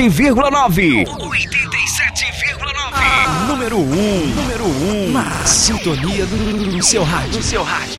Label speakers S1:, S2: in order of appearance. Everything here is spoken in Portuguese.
S1: 87,9. 87,9. Número 1. Um. Número 1. Um. Na sintonia do, do, do seu rádio. Do seu rádio.